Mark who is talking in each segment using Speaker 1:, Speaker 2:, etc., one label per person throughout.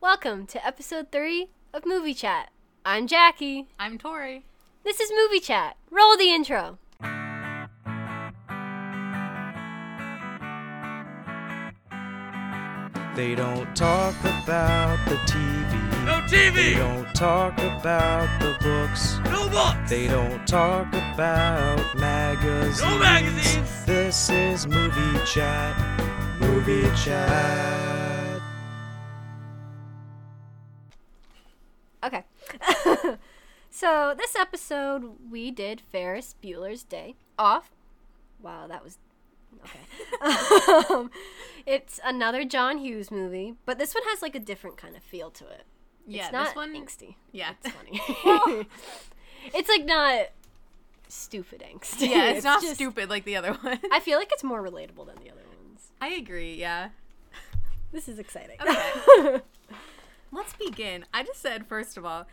Speaker 1: Welcome to episode 3 of Movie Chat. I'm Jackie.
Speaker 2: I'm Tori.
Speaker 1: This is Movie Chat. Roll the intro.
Speaker 3: They don't talk about the TV.
Speaker 4: No
Speaker 3: They
Speaker 4: TV!
Speaker 3: don't talk about the books.
Speaker 4: No books!
Speaker 3: They don't talk about magazines.
Speaker 4: No magazines!
Speaker 3: This is Movie Chat. Movie Chat.
Speaker 1: Okay. so, this episode we did Ferris Bueller's Day Off. Wow, that was. Okay. um, it's another John Hughes movie, but this one has like a different kind of feel to it.
Speaker 2: Yeah,
Speaker 1: it's not
Speaker 2: this one.
Speaker 1: angsty.
Speaker 2: Yeah,
Speaker 1: It's funny. it's like not stupid angst.
Speaker 2: yeah, it's, not
Speaker 1: just-
Speaker 2: stupid like the other one. I,
Speaker 1: I feel like it's more relatable than the other ones.
Speaker 2: agree. Yeah.
Speaker 1: This is exciting.
Speaker 2: Okay. Let's begin. I just said first of all,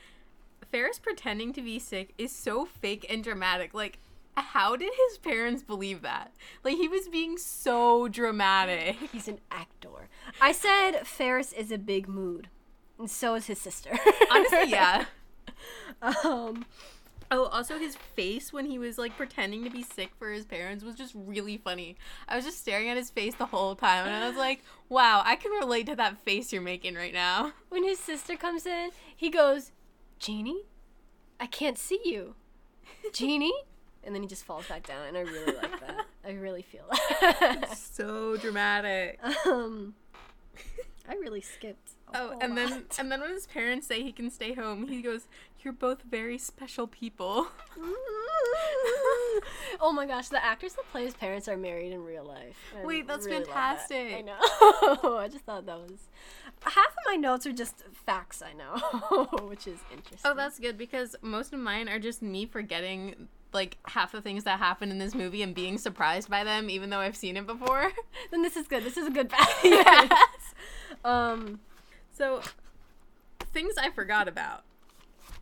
Speaker 2: Ferris pretending to be sick is so fake and dramatic. Like, how did his parents believe that? Like, he was being so dramatic.
Speaker 1: He's an actor. I said Ferris is a big mood, and so is his sister.
Speaker 2: Honestly, yeah.
Speaker 1: Um,
Speaker 2: Oh, also his face when he was like pretending to be sick for his parents was just really funny. I was just staring at his face the whole time and I was like, wow, I can relate to that face you're making right now.
Speaker 1: when his sister comes in, he goes, "Jeannie, I can't see you, Jeannie," and then he just falls back down, and I really like that. I really feel that.
Speaker 2: So dramatic.
Speaker 1: um, I really skipped. a
Speaker 2: Oh,
Speaker 1: whole
Speaker 2: and then
Speaker 1: lot.
Speaker 2: and then when his parents say he can stay home, he goes, "You're both very special people."
Speaker 1: Oh my gosh, the actors that play his parents are married in real life. I
Speaker 2: Wait, that's
Speaker 1: really love that.
Speaker 2: fantastic.
Speaker 1: I know. I just thought that was. Half of my notes are just facts I know, which is interesting.
Speaker 2: Oh, that's good because most of mine are just me forgetting like half the things that happened in this movie and being surprised by them even though I've seen it before.
Speaker 1: Then this is good. This is a good fact. Um,
Speaker 2: So, things I forgot about.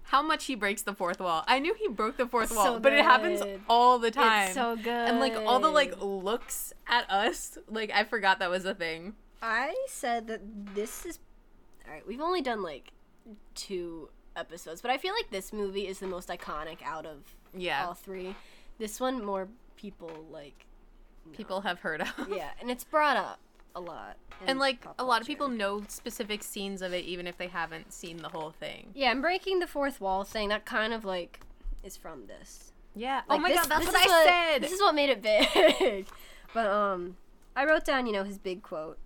Speaker 2: How much he breaks the fourth wall. I knew he broke the fourth
Speaker 1: So
Speaker 2: wall, but it happens
Speaker 1: good.
Speaker 2: all the time.
Speaker 1: It's so good.
Speaker 2: And like all the like looks at us, like I forgot that was a thing.
Speaker 1: I said that this is. Alright, we've only done like two episodes, but I feel like this movie is the most iconic out of
Speaker 2: Yeah.
Speaker 1: all three. This one, more people like.
Speaker 2: People have heard of.
Speaker 1: Yeah, and it's brought up a lot. in
Speaker 2: And like
Speaker 1: pop
Speaker 2: a lot of
Speaker 1: culture.
Speaker 2: people know specific scenes of it even if they haven't seen the whole thing.
Speaker 1: Yeah, and breaking the fourth wall thing that kind of like is from this.
Speaker 2: Yeah. oh
Speaker 1: Like,
Speaker 2: my
Speaker 1: this-
Speaker 2: god, that's
Speaker 1: this
Speaker 2: what I
Speaker 1: is
Speaker 2: said.
Speaker 1: This is what made it big. but um, I wrote down you know his big quote,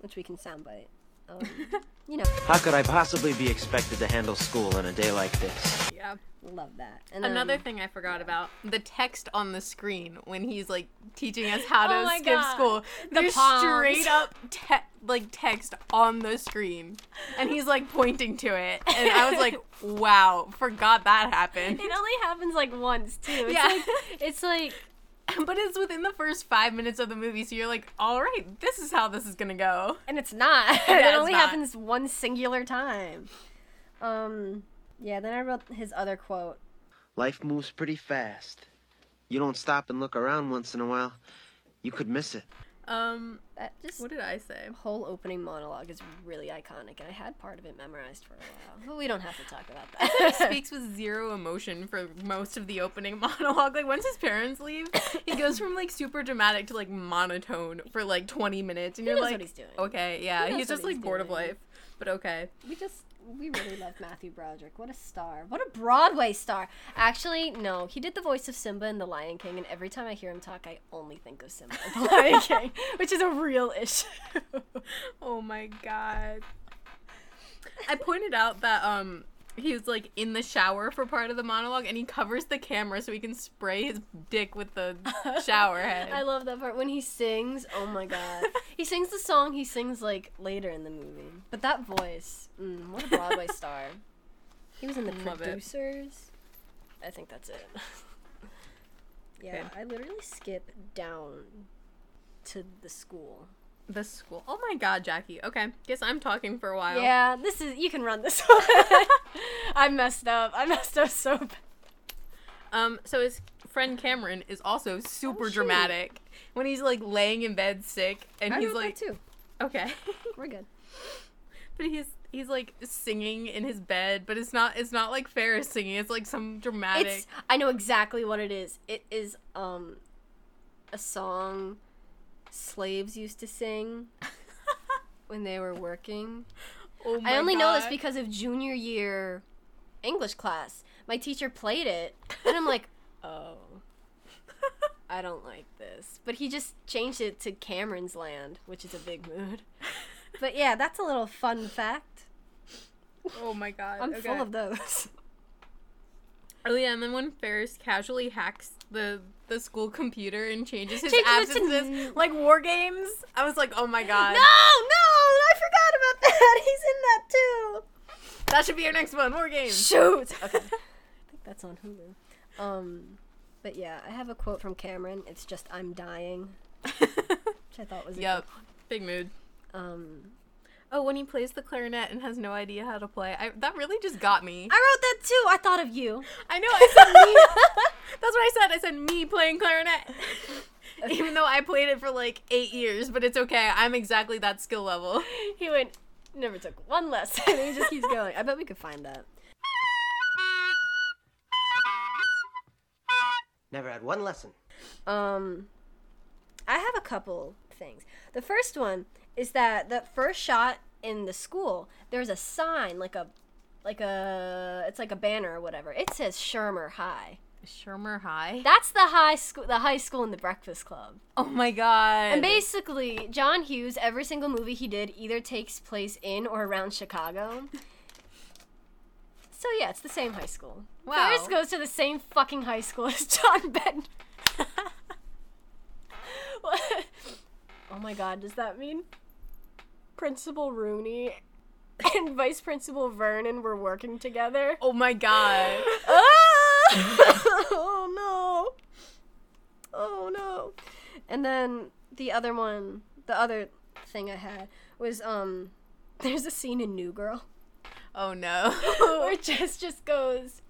Speaker 1: which we can soundbite. Um, you know,
Speaker 5: How could I possibly be expected to handle school on a day like this?
Speaker 2: yeah.
Speaker 1: love that. And
Speaker 2: Another
Speaker 1: um,
Speaker 2: thing I forgot about the text on the screen when he's like teaching us how to
Speaker 1: Oh my
Speaker 2: skip
Speaker 1: God.
Speaker 2: school.
Speaker 1: The
Speaker 2: There's
Speaker 1: palms.
Speaker 2: straight up te- like text on the screen, and he's like pointing to it, and I was like, "Wow, forgot that happened."
Speaker 1: It only happens like once too. It's
Speaker 2: Yeah.
Speaker 1: like it's like
Speaker 2: but it's within the first five minutes of the movie, so you're like, "All right, this is how this is gonna go."
Speaker 1: and it's not.
Speaker 2: Yeah,
Speaker 1: it
Speaker 2: it's
Speaker 1: only
Speaker 2: not.
Speaker 1: happens one singular time. Um, yeah. Then I wrote his other quote.
Speaker 5: Life moves pretty fast. You don't stop and look around once in a while, you could miss it.
Speaker 2: Um,
Speaker 1: That just
Speaker 2: what did I say?
Speaker 1: whole opening monologue is really iconic, and I had part of it memorized for a while. But we don't have to talk about that.
Speaker 2: speaks with zero emotion for most of the opening monologue. Like once his parents leave, he goes from like super dramatic to like monotone for like 20 minutes, and
Speaker 1: He
Speaker 2: you're
Speaker 1: knows
Speaker 2: like,
Speaker 1: what he's doing.
Speaker 2: okay, yeah,
Speaker 1: He knows
Speaker 2: he's
Speaker 1: what
Speaker 2: just like
Speaker 1: he's
Speaker 2: bored of
Speaker 1: doing.
Speaker 2: life, but okay.
Speaker 1: we just we really love Matthew Broderick. What a star! What a Broadway star! Actually, no, he did the voice of Simba in The Lion King, and every time I hear him talk, I only think of Simba in The Lion King, which is a real issue.
Speaker 2: Oh my god. I pointed out that um he was like in the shower for part of the monologue, and he covers the camera so he can spray his dick with the shower head.
Speaker 1: I love that part when he sings. Oh my god, he sings the song he sings like later in the movie, but that voice, mm, what a Broadway star! He was in the
Speaker 2: Love it.
Speaker 1: producers. I think that's it. yeah,
Speaker 2: Good.
Speaker 1: I literally skip down to the school.
Speaker 2: the school. Oh my god, Jackie. Okay, guess I'm talking for a while.
Speaker 1: Yeah, this is you can run this one. I messed up. I messed up so bad.
Speaker 2: Um, so his friend Cameron is also super
Speaker 1: Oh, shoot.
Speaker 2: dramatic when he's like laying in bed sick, and
Speaker 1: I
Speaker 2: he's
Speaker 1: wrote that
Speaker 2: like,
Speaker 1: too.
Speaker 2: okay,
Speaker 1: We're good.
Speaker 2: But he's he's like singing in his bed, but it's not it's not like Ferris singing. It's like some dramatic.
Speaker 1: It's I know exactly what it is. It is um a song slaves used to sing when they were working.
Speaker 2: oh
Speaker 1: I
Speaker 2: my
Speaker 1: only know this
Speaker 2: God.
Speaker 1: because of junior year English class. My teacher played it, and I'm like, oh, I don't like this. But he just changed it to Cameron's Land, which is a big mood. But yeah, that's a little fun fact.
Speaker 2: Oh my god.
Speaker 1: I'm
Speaker 2: okay.
Speaker 1: full of those.
Speaker 2: Oh yeah, and then when Ferris casually hacks the the school computer and changes his
Speaker 1: Changes it to
Speaker 2: absences
Speaker 1: n-
Speaker 2: like war games, I was like, oh my god,
Speaker 1: No, no, I forgot about that. He's in that too.
Speaker 2: that should be your next one, war games.
Speaker 1: Shoot. Okay. I think that's on Hulu. Um, but yeah, I have a quote from Cameron. It's just "I'm dying," which I thought was a
Speaker 2: yep, big mood.
Speaker 1: good- Um,
Speaker 2: Oh, when he plays the clarinet and has no idea how to play, I, that really just got me.
Speaker 1: I wrote that too. I thought of you.
Speaker 2: I know. I said me. That's what I said. I said me playing clarinet. Even though I played it for like eight years, but it's okay. I'm exactly that skill level.
Speaker 1: He went, never took one lesson. he just keeps going. I bet we could find that.
Speaker 5: Never had one lesson.
Speaker 1: Um, I have a couple things. The first one is that the first shot in the school, there's a sign like a, like a, it's like a banner or whatever. It says Shermer High.
Speaker 2: Shermer High.
Speaker 1: That's the high school, the high school in the Breakfast Club.
Speaker 2: oh my god.
Speaker 1: And basically, John Hughes, every single movie he did either takes place in or around Chicago. So yeah, it's the same high school.
Speaker 2: Wow.
Speaker 1: Ferris goes to the same fucking high school as John Bender. What? oh my god, does that mean Principal Rooney and Vice Principal Vernon were working together?
Speaker 2: Oh my god.
Speaker 1: Ah! oh no. Oh no. And then the other one, the other thing I had was um there's a scene in New Girl
Speaker 2: Oh no.
Speaker 1: where Jess just goes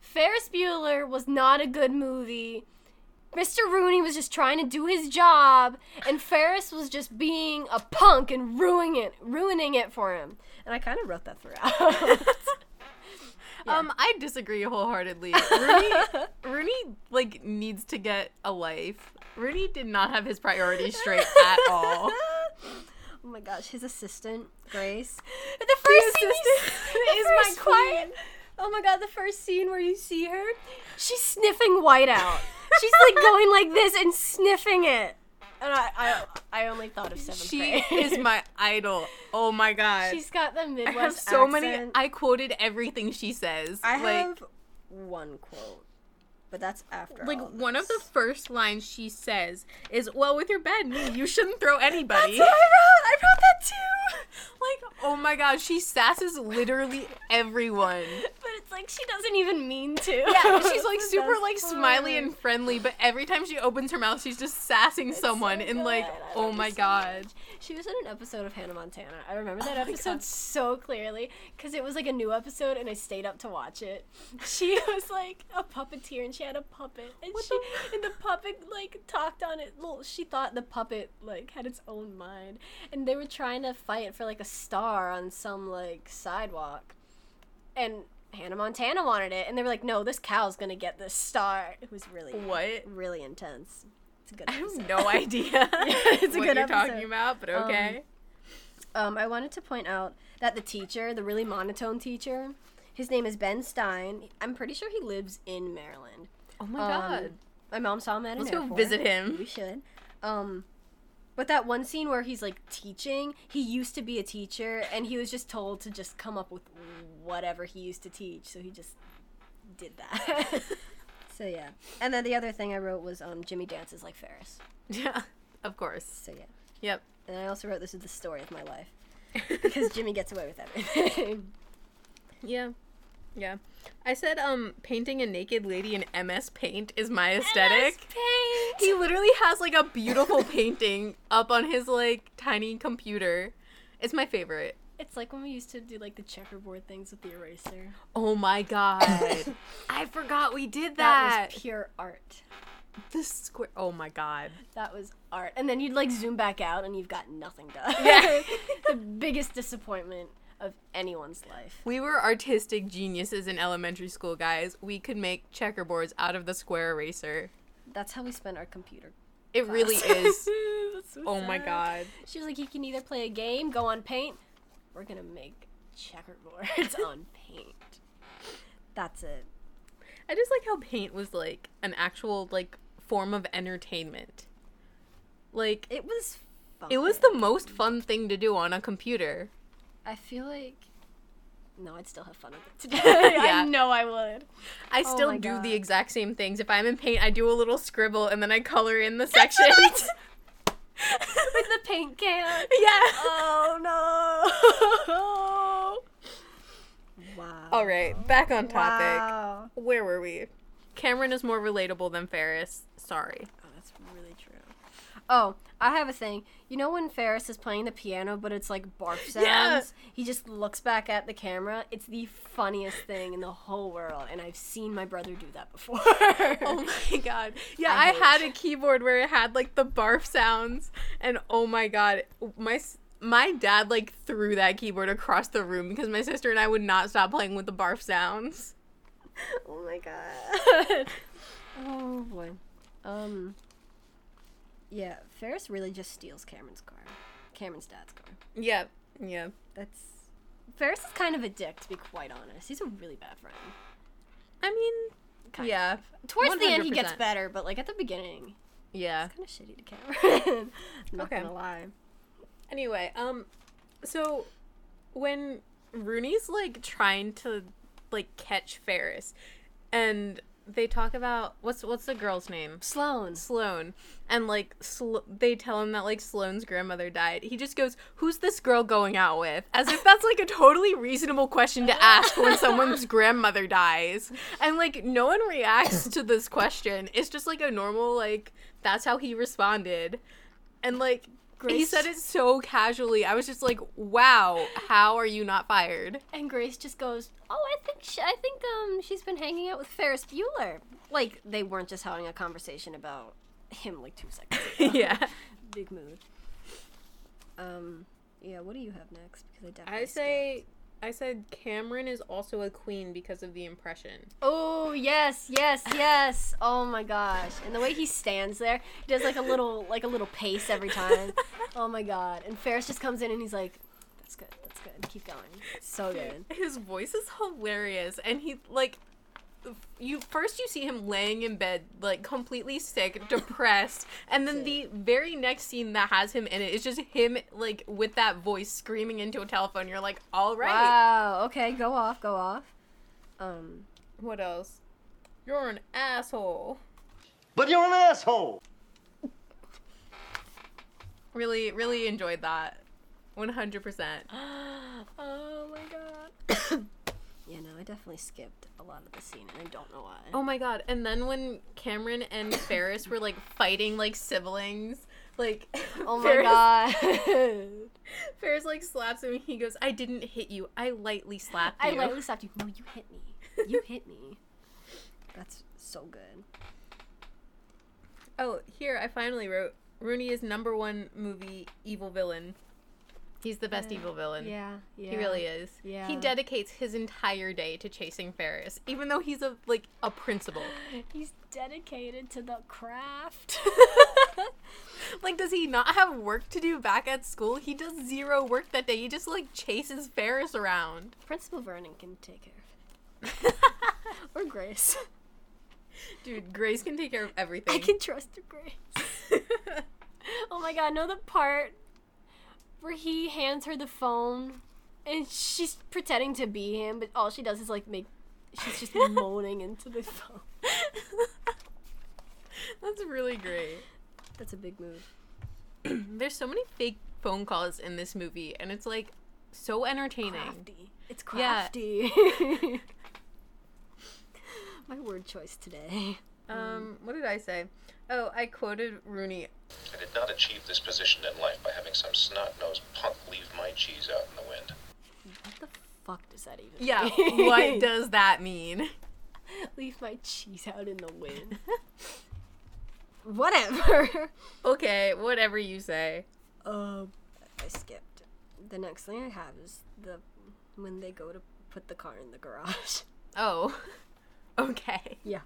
Speaker 1: Ferris Bueller was not a good movie. Mr. Rooney was just trying to do his job and Ferris was just being a punk and ruining it ruining it for him. And I kind of wrote that throughout.
Speaker 2: Um, I disagree wholeheartedly. Rooney, Rooney, like, needs to get a life. Rooney did not have his priorities straight at all.
Speaker 1: Oh my gosh, his assistant, Grace. The
Speaker 2: first
Speaker 1: first
Speaker 2: scene
Speaker 1: scene
Speaker 2: you see- the first one-
Speaker 1: Oh my god, the first scene where you see her, she's sniffing white out. She's like going like this and sniffing it. And I, I, I only thought of seventh
Speaker 2: She
Speaker 1: grade.
Speaker 2: is my idol. Oh my god.
Speaker 1: She's got the
Speaker 2: I
Speaker 1: Midwest
Speaker 2: have so many.
Speaker 1: accent.
Speaker 2: I quoted everything she says.
Speaker 1: I
Speaker 2: like,
Speaker 1: have one quote, but that's after.
Speaker 2: like
Speaker 1: all of
Speaker 2: one of the
Speaker 1: this.
Speaker 2: first lines she says is, "Well, with your bad knee, you shouldn't throw
Speaker 1: That's
Speaker 2: anybody."
Speaker 1: what I wrote. I wrote that too.
Speaker 2: like, oh my god, she sasses literally everyone.
Speaker 1: But it's like she doesn't even mean to.
Speaker 2: Yeah, she's like super like smiley
Speaker 1: and.
Speaker 2: and friendly, but every time she opens her mouth, she's just sassing someone
Speaker 1: so
Speaker 2: and like,
Speaker 1: good. I
Speaker 2: oh
Speaker 1: love
Speaker 2: my
Speaker 1: this so
Speaker 2: god.
Speaker 1: She was in an episode of Hannah Montana. I remember
Speaker 2: Oh
Speaker 1: that episode so clearly because it was like a new episode and I stayed up to watch it. She was like a puppeteer and she had a puppet and she and the puppet like talked on it. Well, she thought the puppet like had its own mind and they were trying to fight for like a star on some like sidewalk and. Hannah Montana wanted it, and they were like, "No, this cow's gonna get this star." It was really,
Speaker 2: What?
Speaker 1: really intense. It's a good.
Speaker 2: I
Speaker 1: episode.
Speaker 2: have no idea.
Speaker 1: it's a
Speaker 2: what
Speaker 1: good
Speaker 2: you're
Speaker 1: episode.
Speaker 2: talking about, but
Speaker 1: Um,
Speaker 2: okay.
Speaker 1: Um, I wanted to point out that the teacher, the really monotone teacher, his name is Ben Stein. I'm pretty sure he lives in Maryland.
Speaker 2: oh my
Speaker 1: um,
Speaker 2: god.
Speaker 1: My mom saw him at an
Speaker 2: Let's go
Speaker 1: airport.
Speaker 2: visit
Speaker 1: We
Speaker 2: him.
Speaker 1: should. Um, but that one scene where he's like teaching, he used to be a teacher, and he was just told to just come up with whatever he used to teach, so he just did that. so yeah. And then the other thing I wrote was um, Jimmy dances like Ferris.
Speaker 2: Yeah, of course.
Speaker 1: So yeah.
Speaker 2: Yep.
Speaker 1: And I also wrote this is the story of my life because Jimmy gets away with everything.
Speaker 2: Yeah. Yeah. I said um painting a naked lady in MS Paint is my aesthetic. He literally has like a beautiful painting up on his like tiny computer. It's my favorite.
Speaker 1: It's like when we used to do like the checkerboard things with the eraser.
Speaker 2: Oh my god. I forgot we did
Speaker 1: That
Speaker 2: that.
Speaker 1: was pure art.
Speaker 2: the square. Oh my god.
Speaker 1: That was art. And then you'd like zoom back out and you've got nothing done.
Speaker 2: Yeah.
Speaker 1: the biggest disappointment of anyone's life.
Speaker 2: We were artistic geniuses in elementary school, guys. We could make checkerboards out of the square eraser.
Speaker 1: That's how we spent our computer.
Speaker 2: It really is. oh my
Speaker 1: sad.
Speaker 2: god.
Speaker 1: She was like, you can either play a game, go on paint. We're gonna make checkerboards on paint. That's it.
Speaker 2: I just like how paint was like an actual like form of entertainment. Like
Speaker 1: It was fun.
Speaker 2: it was the most fun thing to do on a computer.
Speaker 1: I feel like. No, I'd still have fun with it today.
Speaker 2: Yeah.
Speaker 1: I know I would.
Speaker 2: I still
Speaker 1: Oh my
Speaker 2: do
Speaker 1: God.
Speaker 2: the exact same things. If I'm in paint, I do a little scribble and then I color in the sections.
Speaker 1: With the paint can.
Speaker 2: yeah.
Speaker 1: Oh Wow.
Speaker 2: All right, back on topic.
Speaker 1: Wow.
Speaker 2: Where were we? Cameron is more relatable than Ferris. Sorry.
Speaker 1: Oh, that's really true. Oh, I have a thing. You know when Ferris is playing the piano, but it's like barf sounds?
Speaker 2: Yeah.
Speaker 1: He just looks back at the camera. It's the funniest thing in the whole world, and I've seen my brother do that before.
Speaker 2: Oh my god. Yeah,
Speaker 1: I
Speaker 2: I,
Speaker 1: hate-
Speaker 2: had a keyboard where it had like the barf sounds and oh my god, my s- my dad like threw that keyboard across the room because my sister and I would not stop playing with the barf sounds.
Speaker 1: oh my god. oh boy. Um. Yeah, Ferris really just steals Cameron's car. Cameron's dad's car.
Speaker 2: Yeah. Yeah.
Speaker 1: That's. Ferris is kind of a dick, to be quite honest. He's a really bad friend.
Speaker 2: I mean,
Speaker 1: Kind of.
Speaker 2: yeah.
Speaker 1: Towards the end, he gets
Speaker 2: 100%.
Speaker 1: better, but like at the beginning,
Speaker 2: Yeah.
Speaker 1: kind of shitty to Cameron. I'm not
Speaker 2: Okay.
Speaker 1: gonna lie.
Speaker 2: Anyway, um, so when Rooney's like trying to like catch Ferris, and they talk about what's what's the girl's name
Speaker 1: Sloan.
Speaker 2: Sloane, and like Sl- they tell him that like Sloane's grandmother died. He just goes, "Who's this girl going out with?" As if that's like a totally reasonable question to ask when someone's grandmother dies, and like no one reacts to this question. It's just like a normal like that's how he responded, and like. He
Speaker 1: Grace-
Speaker 2: said it so casually. I was just like, "Wow, how are you not fired?"
Speaker 1: And Grace just goes, "Oh, I think she, I think um she's been hanging out with Ferris Bueller." Like they weren't just having a conversation about him like two seconds ago.
Speaker 2: yeah.
Speaker 1: Big mood. Um. Yeah. What do you have next? Because I definitely.
Speaker 2: I say I said Cameron is also a queen because of the impression.
Speaker 1: Oh yes, yes, yes. Oh my gosh! And the way he stands there, he does like a little, like a little pace every time. Oh my god! And Ferris just comes in and he's like, "That's good, that's good. Keep going. So good."
Speaker 2: His voice is hilarious and he like you first you see him laying in bed like completely sick, depressed, and then the very next scene that has him in it is just him like with that voice screaming into a telephone. You're like, "All right.
Speaker 1: Wow. Okay, go off, go off. Um.
Speaker 2: What else? You're an asshole."
Speaker 5: But you're an asshole!
Speaker 2: Really really enjoyed that. 100%.
Speaker 1: Oh my god. yeah, no, I definitely skipped a lot of the scene, and I don't know why.
Speaker 2: Oh my god. And then when Cameron and Ferris were like fighting like siblings, like
Speaker 1: Oh
Speaker 2: Ferris,
Speaker 1: my god.
Speaker 2: Ferris like slaps him and he goes, I didn't hit you. I lightly slapped you.
Speaker 1: I lightly slapped you. No, you hit me. You hit me. That's so good.
Speaker 2: oh, here I finally wrote Rooney is number one movie evil villain. He's the best evil villain.
Speaker 1: Yeah, yeah.
Speaker 2: He really is. He
Speaker 1: Yeah.
Speaker 2: dedicates his entire day to chasing Ferris, even though he's a like a principal.
Speaker 1: He's dedicated to the craft.
Speaker 2: Like, does he not have work to do back at school? He does zero work that day. He just like chases Ferris around.
Speaker 1: Principal Vernon can take care of it. Or Grace.
Speaker 2: Dude, Grace can take care of everything.
Speaker 1: I can trust Grace. Oh my god, know the part where he hands her the phone and she's pretending to be him, but all she does is like make she's just moaning into the phone.
Speaker 2: That's really great.
Speaker 1: That's a big move.
Speaker 2: There's so many fake phone calls in this movie, and it's like so entertaining.
Speaker 1: Crafty. It's
Speaker 2: Yeah.
Speaker 1: crafty. my word choice today.
Speaker 2: Um, what did I say? Oh, I quoted Rooney.
Speaker 4: I did not achieve this position in life by having some snot-nosed punk leave my cheese out in the wind.
Speaker 1: What the fuck does that even
Speaker 2: Yeah,
Speaker 1: mean?
Speaker 2: what does that mean?
Speaker 1: leave my cheese out in the wind? Whatever.
Speaker 2: Okay, whatever you say.
Speaker 1: Um, I skipped. The next thing I have is the when they go to put the car in the garage.
Speaker 2: Oh. Okay.
Speaker 1: Yeah.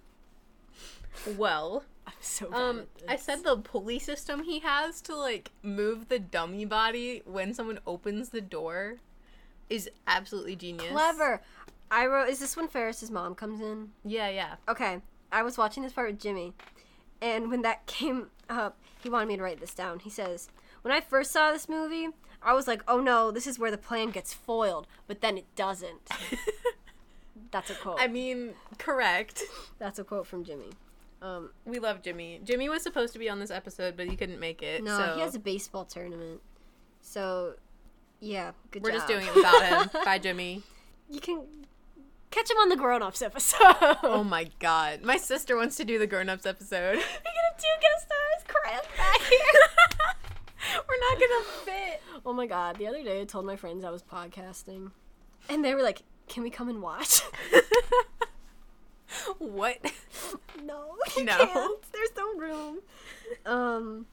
Speaker 2: Well,
Speaker 1: I'm so bad
Speaker 2: um,
Speaker 1: at
Speaker 2: I
Speaker 1: this.
Speaker 2: said the pulley system he has to like move the dummy body when someone opens the door is absolutely genius.
Speaker 1: clever. I wrote. Is this when Ferris's mom comes in?
Speaker 2: Yeah, yeah.
Speaker 1: Okay, I was watching this part with Jimmy, and when that came up, he wanted me to write this down. He says, When I first saw this movie, I was like, oh no, this is where the plan gets foiled, but then it doesn't. That's a quote.
Speaker 2: I mean, correct.
Speaker 1: That's a quote from Jimmy. Um,
Speaker 2: We love Jimmy. Jimmy was supposed to be on this episode, but he couldn't make it.
Speaker 1: no,
Speaker 2: so
Speaker 1: he has a baseball tournament. So, yeah, good
Speaker 2: we're just
Speaker 1: job.
Speaker 2: doing it without him. Bye, Jimmy.
Speaker 1: you can catch him on the grown ups episode.
Speaker 2: Oh my god. My sister wants to do the grown ups episode.
Speaker 1: we can have two guest stars crammed back
Speaker 2: We're not gonna fit.
Speaker 1: Oh my god, the other day I told my friends I was podcasting. And they were like, Can we come and watch?
Speaker 2: What?
Speaker 1: no. You
Speaker 2: No.
Speaker 1: Can't. There's no room. Um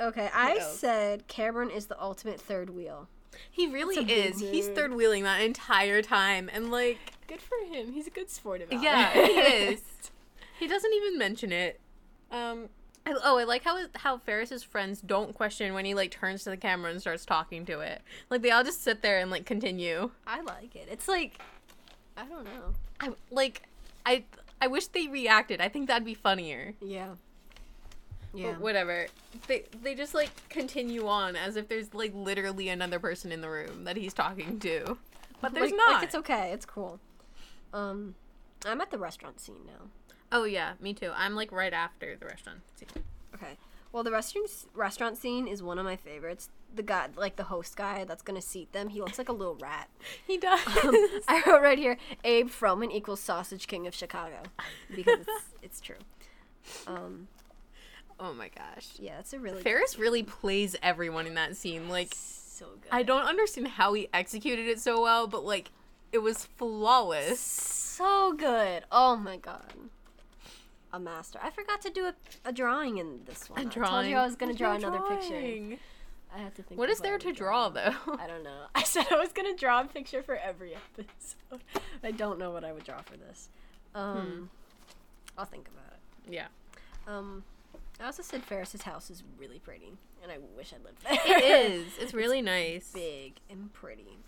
Speaker 1: Okay, I
Speaker 2: No.
Speaker 1: said Cameron is the ultimate third wheel.
Speaker 2: He really
Speaker 1: It's a big
Speaker 2: is. He's
Speaker 1: mood.
Speaker 2: third wheeling that entire time, and like,
Speaker 1: Good for him. He's a good sport about
Speaker 2: yeah, he is. He doesn't even mention it. Um, I, oh, I like how it- how Ferris's friends don't question when he like turns to the camera and starts talking to it. Like they all just sit there and like continue.
Speaker 1: I like it. It's like I don't know.
Speaker 2: I like, I I wish they reacted. I think that'd be funnier.
Speaker 1: Yeah.
Speaker 2: But
Speaker 1: Yeah.
Speaker 2: whatever. They they just like continue on as if there's like literally another person in the room that he's talking to. But there's
Speaker 1: like,
Speaker 2: not.
Speaker 1: like it's okay, it's cool. Um I'm at the restaurant scene now.
Speaker 2: Oh yeah, me too. I'm like right after the restaurant. scene.
Speaker 1: Okay. Well, the restaurant restaurant scene is one of my favorites. The guy, like the host guy that's gonna seat them, he looks like a little rat.
Speaker 2: He does. Um,
Speaker 1: I wrote right here, Abe Froman equals Sausage King of Chicago, because it's, it's true. Um,
Speaker 2: oh my gosh.
Speaker 1: yeah, it's a really
Speaker 2: Ferris really plays everyone in that scene. Like
Speaker 1: so good.
Speaker 2: I don't understand how he executed it so well, but like it was flawless.
Speaker 1: so good. Oh my god, a master. I forgot to do a, a drawing in this one. I told you I was gonna draw another picture.
Speaker 2: Drawing.
Speaker 1: I have to think.
Speaker 2: What
Speaker 1: of
Speaker 2: is there
Speaker 1: I'm
Speaker 2: to
Speaker 1: gonna
Speaker 2: draw though?
Speaker 1: I don't know. I said I was gonna draw a picture for every episode. I don't know what I would draw for this. Um,
Speaker 2: Hmm.
Speaker 1: I'll think about it.
Speaker 2: yeah.
Speaker 1: Um, I also said Ferris's house is really pretty, and I wish I lived there.
Speaker 2: It is. It's really nice.
Speaker 1: big and pretty.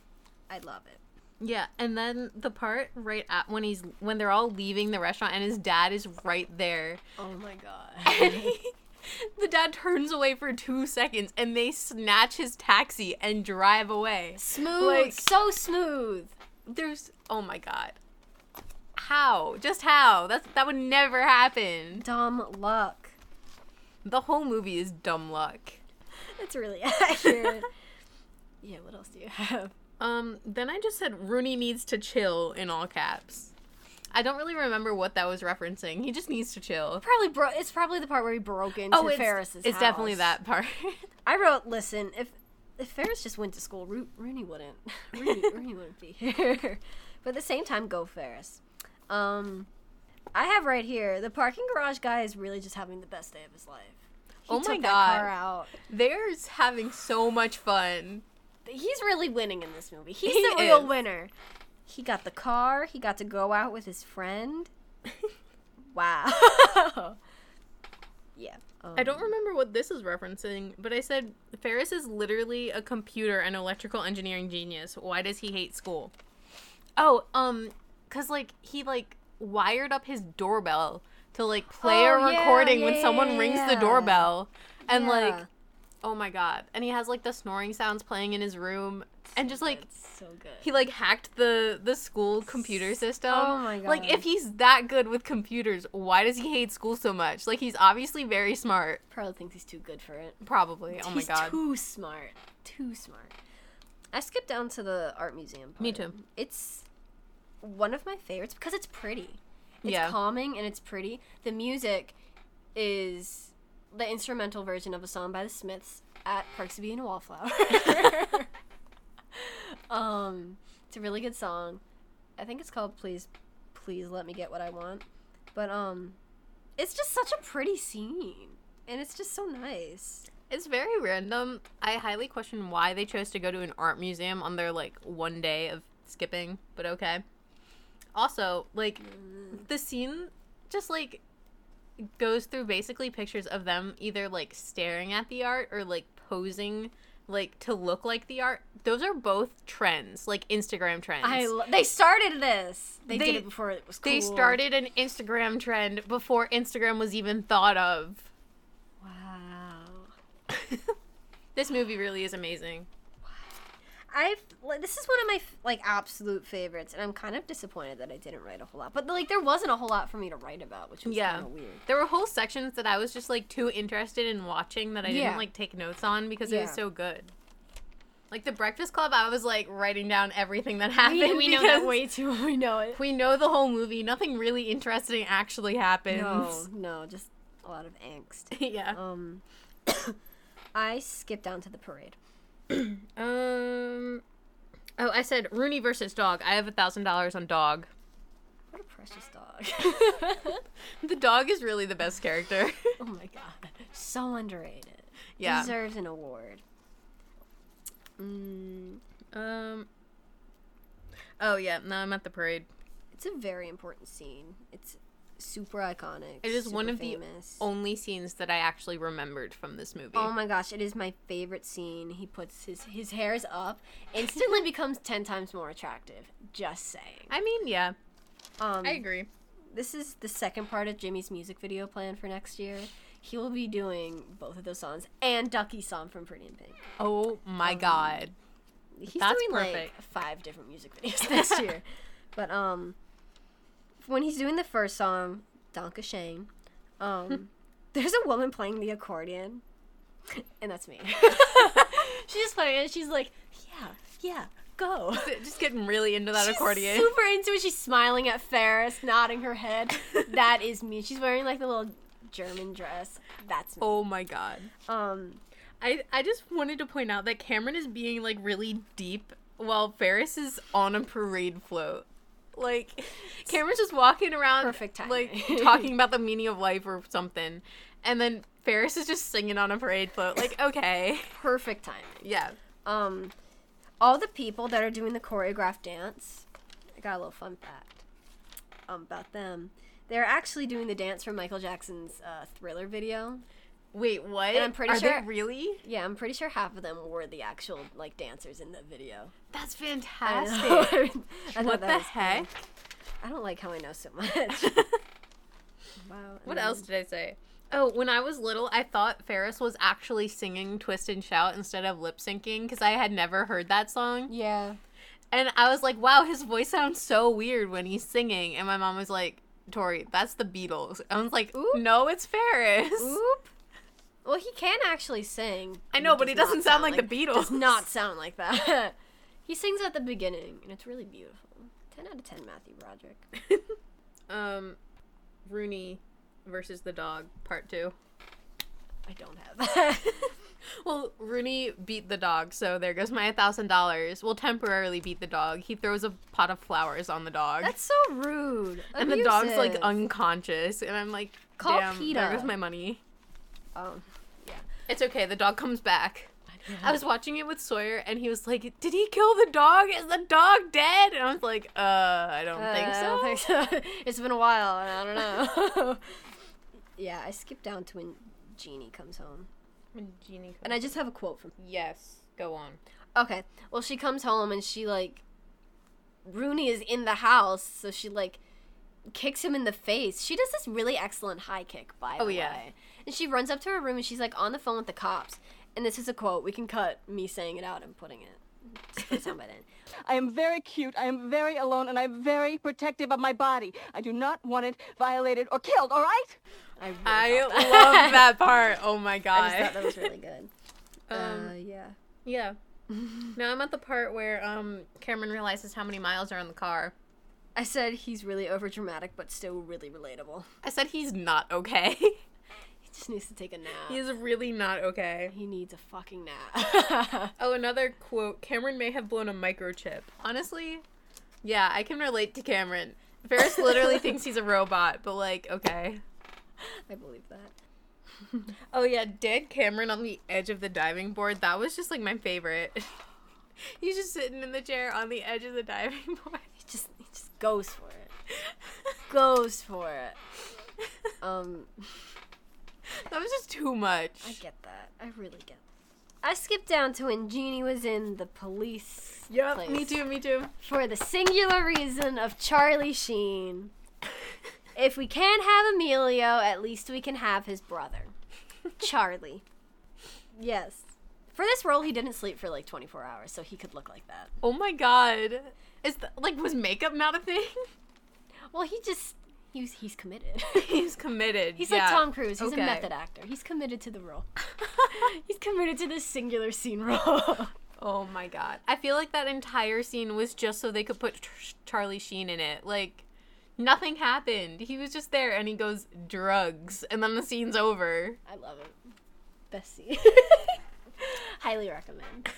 Speaker 1: I love it.
Speaker 2: Yeah, and then the part right at when he's when they're all leaving the restaurant and his dad is right there.
Speaker 1: Oh my god.
Speaker 2: And he- the dad turns away for two seconds and they snatch his taxi and drive away.
Speaker 1: smooth,
Speaker 2: Like-
Speaker 1: so smooth.
Speaker 2: There's oh my god. How? Just how? That's that would never happen.
Speaker 1: Dumb luck.
Speaker 2: The whole movie is dumb luck.
Speaker 1: That's really accurate. yeah. What else do you have?
Speaker 2: Um, then I just said Rooney needs to chill in all caps. I don't really remember what that was referencing. He just needs to chill.
Speaker 1: Probably bro. It's probably the part where he broke into
Speaker 2: Oh, it's,
Speaker 1: Ferris's.
Speaker 2: it's definitely
Speaker 1: house.
Speaker 2: that part.
Speaker 1: I wrote, listen, if if Ferris just went to school, Ro- Rooney wouldn't. Rooney, Rooney wouldn't be here. but at the same time, go Ferris. Um, I have right here the parking garage guy is really just having the best day of his life. He
Speaker 2: Oh my
Speaker 1: took
Speaker 2: God.
Speaker 1: That car out.
Speaker 2: They're s- having so much fun.
Speaker 1: He's really winning in this movie. He's
Speaker 2: He
Speaker 1: the real
Speaker 2: is.
Speaker 1: winner. He got the car. He got to go out with his friend. wow. yeah. Um,
Speaker 2: I don't remember what this is referencing, but I said Ferris is literally a computer and electrical engineering genius. Why does he hate school? Oh, um, cause like he like wired up his doorbell to like play a
Speaker 1: Oh, yeah,
Speaker 2: recording when
Speaker 1: yeah,
Speaker 2: someone
Speaker 1: yeah,
Speaker 2: rings the
Speaker 1: yeah.
Speaker 2: doorbell, and
Speaker 1: Yeah.
Speaker 2: like, oh my god, and he has like the snoring sounds playing in his room, and just like
Speaker 1: That's so good.
Speaker 2: he like hacked the the school computer system.
Speaker 1: Oh my
Speaker 2: Like
Speaker 1: God.
Speaker 2: if he's that good with computers, why does he hate school so much? Like he's obviously very smart.
Speaker 1: probably thinks he's too good for it.
Speaker 2: Probably. Oh my
Speaker 1: He's
Speaker 2: god.
Speaker 1: too smart. Too smart. I skipped down to the art museum.
Speaker 2: Me
Speaker 1: part.
Speaker 2: too.
Speaker 1: It's one of my favorites because it's pretty. It's
Speaker 2: Yeah.
Speaker 1: calming and it's pretty. The music is the instrumental version of a song by the Smiths at Perks of Being a Wallflower. um, it's a really good song. I think it's called Please Please Let Me Get What I Want. But um it's just such a pretty scene, and it's just so nice.
Speaker 2: It's very random. I highly question why they chose to go to an art museum on their like one day of skipping, but okay. Also, like the scene just like goes through basically pictures of them either like staring at the art or like posing like to look like the art. Those are both trends, like Instagram trends.
Speaker 1: I lo- they started this. They,
Speaker 2: They-
Speaker 1: did it before it was cool.
Speaker 2: they started an Instagram trend before Instagram was even thought of.
Speaker 1: Wow.
Speaker 2: This movie really is amazing.
Speaker 1: I've like, this is one of my f- like absolute favorites, and I'm kind of disappointed that I didn't write a whole lot. But like, there wasn't a whole lot for me to write about, which was
Speaker 2: Yeah.
Speaker 1: kind of weird.
Speaker 2: There were whole sections that I was just like too interested in watching that I
Speaker 1: Yeah.
Speaker 2: didn't like take notes on because it was
Speaker 1: Yeah.
Speaker 2: so good. Like the Breakfast Club, I was like writing down everything that happened. because
Speaker 1: too. We know it.
Speaker 2: We know the whole movie. Nothing really interesting actually happens.
Speaker 1: No, no, just a lot of angst.
Speaker 2: yeah.
Speaker 1: Um, I skipped down to the parade.
Speaker 2: Um. Oh, I said Rooney versus Dog. I have a thousand dollars on Dog.
Speaker 1: What a precious dog.
Speaker 2: the dog is really the best character.
Speaker 1: oh my god, so underrated.
Speaker 2: yeah.
Speaker 1: deserves an award. Mm,
Speaker 2: um. Oh yeah. No, I'm at the parade.
Speaker 1: it's a very important scene. It's super iconic.
Speaker 2: It is one
Speaker 1: super
Speaker 2: of the
Speaker 1: famous.
Speaker 2: only scenes that I actually remembered from this movie.
Speaker 1: Oh my gosh, it is my favorite scene. He puts his his hair's up, instantly becomes ten times more attractive. Just saying.
Speaker 2: I mean, yeah,
Speaker 1: Um,
Speaker 2: I agree.
Speaker 1: this is the second part of Jimmy's music video plan for next year. He will be doing both of those songs and Ducky's song from Pretty in Pink.
Speaker 2: Oh my god.
Speaker 1: He's
Speaker 2: That's
Speaker 1: doing like
Speaker 2: perfect.
Speaker 1: five different music videos next year. But um, when he's doing the first song, Donka Shane,
Speaker 2: Hmm.
Speaker 1: um, there's a woman playing the accordion, and that's me. she's just playing it. She's like, yeah, yeah, go.
Speaker 2: Just getting really into that
Speaker 1: She's
Speaker 2: accordion.
Speaker 1: super into it. She's smiling at Ferris, nodding her head. that is me. She's wearing like the little German dress. That's me.
Speaker 2: oh my god.
Speaker 1: Um,
Speaker 2: I I just wanted to point out that Cameron is being like really deep while Ferris is on a parade float. Like Cameron's just walking around
Speaker 1: Perfect timing.
Speaker 2: like talking about the meaning of life or something. And then Ferris is just singing on a parade float. Like, okay.
Speaker 1: perfect timing.
Speaker 2: Yeah.
Speaker 1: um, all the people that are doing the choreographed dance. I got a little fun fact um, about them. They're actually doing the dance from Michael Jackson's uh, Thriller video.
Speaker 2: Wait, what?
Speaker 1: And I'm pretty
Speaker 2: Are
Speaker 1: sure-
Speaker 2: they really?
Speaker 1: Yeah, I'm pretty sure half of them were the actual like dancers in the video.
Speaker 2: That's
Speaker 1: I know.
Speaker 2: fantastic.
Speaker 1: I thought
Speaker 2: what
Speaker 1: that
Speaker 2: the
Speaker 1: was cool.
Speaker 2: heck?
Speaker 1: I don't like how I know so much. wow. and
Speaker 2: What
Speaker 1: then-
Speaker 2: else did I say? Oh, when I was little, I thought Ferris was actually singing Twist and Shout instead of lip syncing because I had never heard that song.
Speaker 1: Yeah.
Speaker 2: And I was like, wow, his voice sounds so weird when he's singing. And my mom was like, Tori, that's the Beatles. I was like,
Speaker 1: Oop.
Speaker 2: no, it's Ferris.
Speaker 1: Oop. Well, he can actually sing.
Speaker 2: I know, but he
Speaker 1: does not
Speaker 2: doesn't sound like the Beatles.
Speaker 1: Does not sound like that. he sings at the beginning, and it's really beautiful. Ten out of ten, Matthew Broderick.
Speaker 2: Um, Rooney versus the dog, part two.
Speaker 1: I don't have that.
Speaker 2: Well, Rooney beat the dog, so there goes my $1,000. Well, temporarily beat the dog. He throws a pot of flowers on the dog.
Speaker 1: That's so rude.
Speaker 2: and the dog's like
Speaker 1: Abusive.
Speaker 2: unconscious, and I'm like,
Speaker 1: Call
Speaker 2: damn,
Speaker 1: PETA."
Speaker 2: there goes my money.
Speaker 1: Um,
Speaker 2: It's okay, the dog comes back. I was watching it with Sawyer, and he was like, "Did he kill the dog? Is the dog dead?" And I was like, "Uh, I don't
Speaker 1: uh,
Speaker 2: think so."
Speaker 1: I don't think so. it's been a while, and I don't know. yeah, I skipped down to when Jeannie comes home, and I just have a quote from
Speaker 2: yes, go on.
Speaker 1: Okay. Well, she comes home and she like Rooney is in the house, so she like kicks him in the face. She does this really excellent high kick by
Speaker 2: Oh,
Speaker 1: the
Speaker 2: yeah.
Speaker 1: way. And she runs up to her room and she's like on the phone with the cops. And this is a quote. We can cut me saying it out and putting it. Just put sound bite in.
Speaker 6: I am very cute, I am very alone, and I am very protective of my body. I do not want it violated or killed, all right?
Speaker 1: I, really
Speaker 2: I
Speaker 1: thought that.
Speaker 2: love that part. Oh my
Speaker 1: I just
Speaker 2: god.
Speaker 1: thought that was really good.
Speaker 2: Um,
Speaker 1: uh, yeah.
Speaker 2: yeah. now I'm at the part where um Cameron realizes how many miles are on the car.
Speaker 1: I said he's really overdramatic, but still really relatable.
Speaker 2: I said he's not okay.
Speaker 1: He just needs to take a nap.
Speaker 2: he's really not okay.
Speaker 1: he needs a fucking nap.
Speaker 2: Oh, another quote. Cameron may have blown a microchip. Honestly, yeah, I can relate to Cameron. Ferris literally thinks he's a robot, but like, okay.
Speaker 1: I believe that.
Speaker 2: Oh yeah, dead Cameron on the edge of the diving board. That was just like my favorite. He's just sitting in the chair on the edge of the diving board.
Speaker 1: He just he just goes for it. goes for it. Um,
Speaker 2: That was just too much.
Speaker 1: I get that. I really get. That. I skipped down to when Jeannie was in the police.
Speaker 2: Yep,
Speaker 1: place
Speaker 2: me too, me too.
Speaker 1: For the singular reason of Charlie Sheen. if we can't have Emilio, at least we can have his brother, Charlie. Yes. For this role, he didn't sleep for like 24 hours, so he could look like that.
Speaker 2: Oh my god. Is th- like was makeup not a thing?
Speaker 1: Well, he just he's he's committed.
Speaker 2: He's committed.
Speaker 1: He's
Speaker 2: yeah.
Speaker 1: like Tom Cruise. He's
Speaker 2: Okay.
Speaker 1: a method actor. He's committed to the role. he's committed to this singular scene role.
Speaker 2: Oh my god. I feel like that entire scene was just so they could put Ch- Charlie Sheen in it. Like nothing happened. He was just there and he goes drugs and then the scene's over.
Speaker 1: I love it. Best scene. Highly recommend.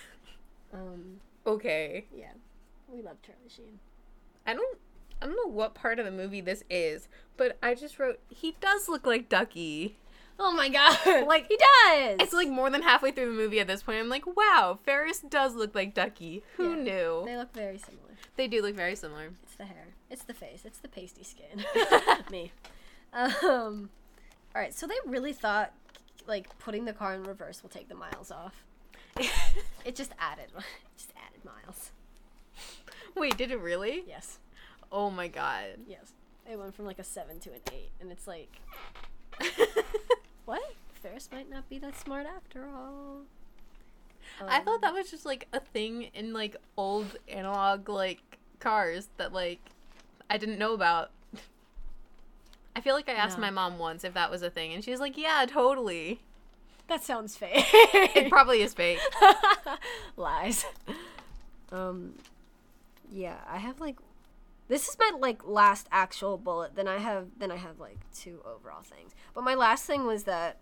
Speaker 1: Um,
Speaker 2: Okay.
Speaker 1: yeah, we love Charlie Sheen.
Speaker 2: I don't I don't know what part of the movie this is, but I just wrote he does look like Ducky.
Speaker 1: Oh my god!
Speaker 2: Like-
Speaker 1: Like he does.
Speaker 2: It's like more than halfway through the movie at this point. I'm like, wow, Ferris does look like Ducky. Who
Speaker 1: Yeah.
Speaker 2: knew?
Speaker 1: they look very similar.
Speaker 2: They do look very similar.
Speaker 1: It's the hair. It's the face. It's the pasty skin. Me. Um. All right. So they really thought like putting the car in reverse will take the miles off. It just added. it Just added miles.
Speaker 2: Wait, did it really?
Speaker 1: Yes.
Speaker 2: Oh my god.
Speaker 1: Yes. It went from like a seven to an eight, and it's like, what? Ferris might not be that smart after all.
Speaker 2: I thought that was just like a thing in like old analog like cars that like I didn't know about. I feel like I asked
Speaker 1: No.
Speaker 2: my mom once if that was a thing, and she was like, "Yeah, totally."
Speaker 1: That sounds fake.
Speaker 2: It probably is fake.
Speaker 1: Lies. Um, yeah, I have like, this is my like last actual bullet. Then I have then I have like two overall things. But my last thing was that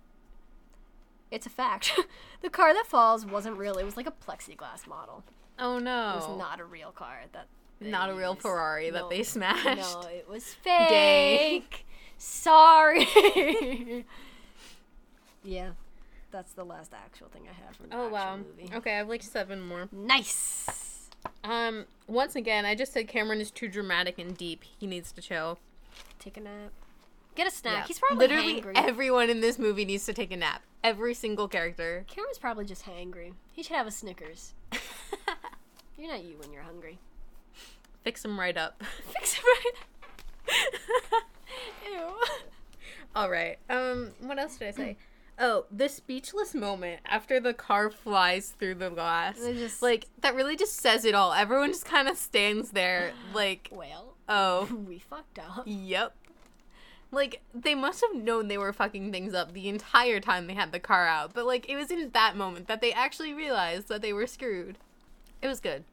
Speaker 1: it's a fact. the car that falls wasn't real. It was like a plexiglass model.
Speaker 2: Oh no,
Speaker 1: It was not a real car. That they
Speaker 2: Not a real
Speaker 1: used.
Speaker 2: Ferrari that
Speaker 1: No.
Speaker 2: they smashed.
Speaker 1: No, it was
Speaker 2: Dang.
Speaker 1: fake. Sorry. yeah, that's the last actual thing I have from the
Speaker 2: Oh
Speaker 1: actual
Speaker 2: wow.
Speaker 1: movie.
Speaker 2: Okay, I have like seven more.
Speaker 1: Nice.
Speaker 2: Um, once again, I just said Cameron is too dramatic and deep. He needs to chill.
Speaker 1: Take a nap. Get a snack.
Speaker 2: Yeah.
Speaker 1: He's probably
Speaker 2: literally
Speaker 1: hangry.
Speaker 2: everyone in this movie needs to take a nap. Every single character.
Speaker 1: Cameron's probably just hangry. He should have a Snickers. You're not you when you're hungry.
Speaker 2: Fix him right up.
Speaker 1: Fix it right. Ew.
Speaker 2: All right. Um, what else did I say? Oh, the speechless moment after the car flies through the glass.
Speaker 1: They just-
Speaker 2: Like that really just says it all. Everyone just kind of stands there, like,
Speaker 1: Well,
Speaker 2: oh,
Speaker 1: we fucked up.
Speaker 2: yep. Like they must have known they were fucking things up the entire time they had the car out, but like it was in that moment that they actually realized that they were screwed. It was good.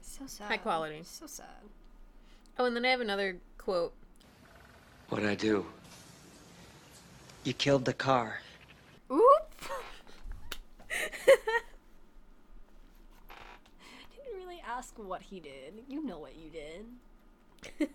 Speaker 1: So sad.
Speaker 2: High quality.
Speaker 1: So sad.
Speaker 2: Oh, and then I have another quote.
Speaker 5: What'd I do? You killed the car.
Speaker 1: Oop. Didn't really ask what he did. You know what you did.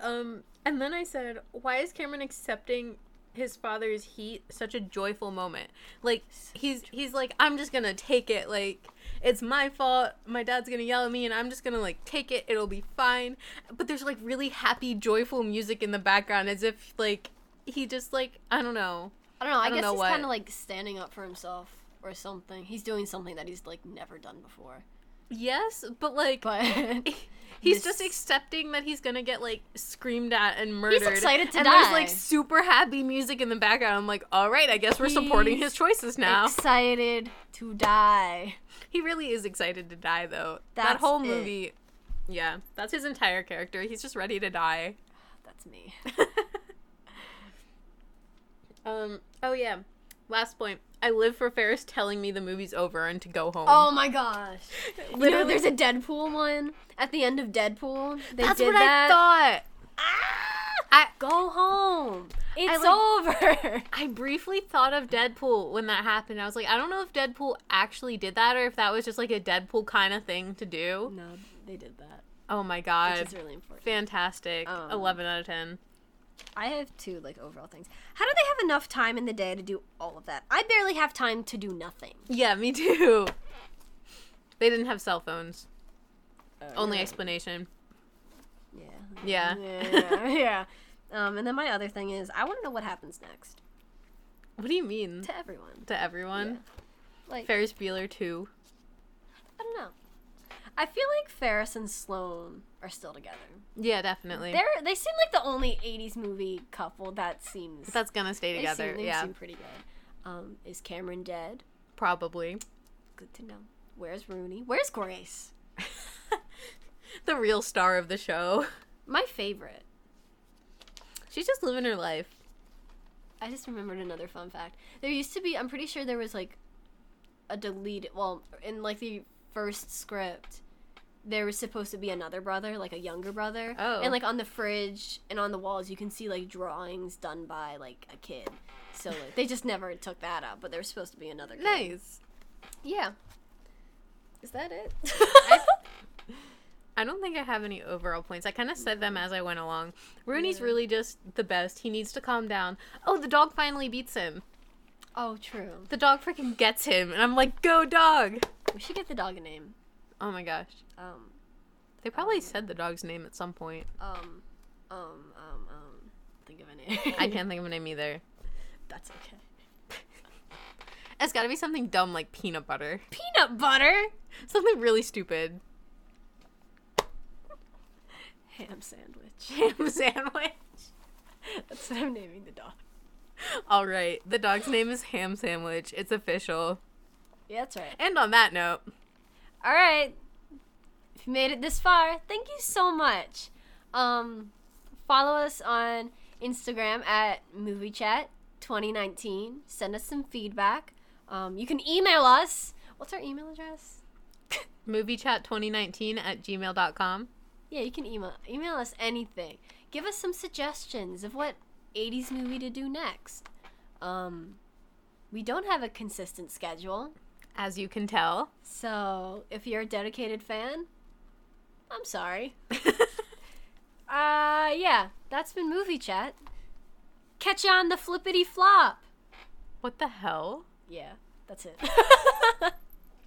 Speaker 2: Um, and then I said, why is Cameron accepting his father's heat such a joyful moment? Like he's he's like, I'm just gonna take it. Like it's my fault. My dad's gonna yell at me, and I'm just gonna like take it. It'll be fine. But there's like really happy, joyful music in the background, as if like he just like I don't know.
Speaker 1: I don't know. I,
Speaker 2: I don't
Speaker 1: guess
Speaker 2: know
Speaker 1: he's
Speaker 2: what-
Speaker 1: kind of like standing up for himself or something. He's doing something that he's like never done before.
Speaker 2: Yes, but like
Speaker 1: But
Speaker 2: He's
Speaker 1: This-
Speaker 2: just accepting that he's gonna get like screamed at and murdered.
Speaker 1: excited to
Speaker 2: and There's
Speaker 1: die.
Speaker 2: like super happy music in the background. I'm like, all right, I guess we're supporting
Speaker 1: He's
Speaker 2: his choices now.
Speaker 1: excited to die.
Speaker 2: he really is excited to die though. that
Speaker 1: That's
Speaker 2: whole
Speaker 1: it.
Speaker 2: movie, yeah, that's his entire character. He's just ready to die.
Speaker 1: That's me.
Speaker 2: Um. Oh yeah. Last point. I live for Ferris telling me the movie's over and to go home.
Speaker 1: Oh my gosh! Literally,
Speaker 2: Literally-
Speaker 1: there's a Deadpool one at the end of Deadpool. They
Speaker 2: that's
Speaker 1: did
Speaker 2: what
Speaker 1: that.
Speaker 2: I thought. I,
Speaker 1: Go home. It's over.
Speaker 2: I briefly thought of Deadpool when that happened. I was like, I don't know if Deadpool actually did that or if that was just like a Deadpool kind of thing to do.
Speaker 1: no, they did that,
Speaker 2: Oh my
Speaker 1: which
Speaker 2: god.
Speaker 1: is really important.
Speaker 2: Fantastic.
Speaker 1: Um,
Speaker 2: 11 out of 10.
Speaker 1: I have two like overall things. How do they have enough time in the day to do all of that? I barely have time to do nothing.
Speaker 2: Yeah, me too. They didn't have cell phones. Only explanation.
Speaker 1: Yeah.
Speaker 2: Yeah.
Speaker 1: Yeah. yeah. Um, and then my other thing is I want to know what happens next
Speaker 2: What do you mean?
Speaker 1: to everyone.
Speaker 2: To everyone?
Speaker 1: Like
Speaker 2: Ferris Bueller too.
Speaker 1: I don't know. I feel like Ferris and Sloane are still together.
Speaker 2: Yeah, definitely.
Speaker 1: They're they seem like the only '80s movie couple that seems
Speaker 2: That's gonna stay
Speaker 1: they
Speaker 2: together.
Speaker 1: Seem, they
Speaker 2: yeah,
Speaker 1: seem pretty good. Um, is Cameron dead?
Speaker 2: probably.
Speaker 1: Good to know. Where's Rooney? Where's Grace?
Speaker 2: The real star of the show.
Speaker 1: My favorite.
Speaker 2: She's just living her life.
Speaker 1: I just remembered another fun fact. There used to be, I'm pretty sure there was like a deleted, well, in like the first script, there was supposed to be another brother, like a younger brother.
Speaker 2: Oh.
Speaker 1: And like on the fridge and on the walls, you can see like drawings done by like a kid. So like, they just never took that up, but there was supposed to be another kid.
Speaker 2: Nice.
Speaker 1: Yeah. Is that it?
Speaker 2: I don't think I have any overall points. I kind of said them as I went along. Rooney's really just the best. He needs to calm down. Oh, the dog finally beats him.
Speaker 1: oh, true.
Speaker 2: The dog freaking gets him, and I'm like, go dog.
Speaker 1: We should get the dog a name.
Speaker 2: Oh my gosh.
Speaker 1: Um,
Speaker 2: They probably said the dog's name at some point.
Speaker 1: um, um, um, um. Think of a name.
Speaker 2: I can't think of a name either.
Speaker 1: That's okay.
Speaker 2: It's gotta be something dumb like peanut butter.
Speaker 1: Peanut butter.
Speaker 2: Something really stupid.
Speaker 1: ham sandwich.
Speaker 2: Ham sandwich.
Speaker 1: That's what I'm naming the dog.
Speaker 2: All right, the dog's name is Ham Sandwich. It's official.
Speaker 1: Yeah, that's right.
Speaker 2: And on that note,
Speaker 1: All right. If you made it this far, thank you so much. Um, follow us on Instagram at moviechat2019. Send us some feedback. Um, you can email us. What's our email address?
Speaker 2: moviechat2019 at gmail.com.
Speaker 1: Yeah, you can email email us anything. Give us some suggestions of what 80s movie to do next. Um, we don't have a consistent schedule.
Speaker 2: As you can tell,
Speaker 1: So, if you're a dedicated fan, I'm sorry. uh, yeah, that's been Movie Chat. Catch you on the flippity flop.
Speaker 2: what the hell?
Speaker 1: Yeah, that's it.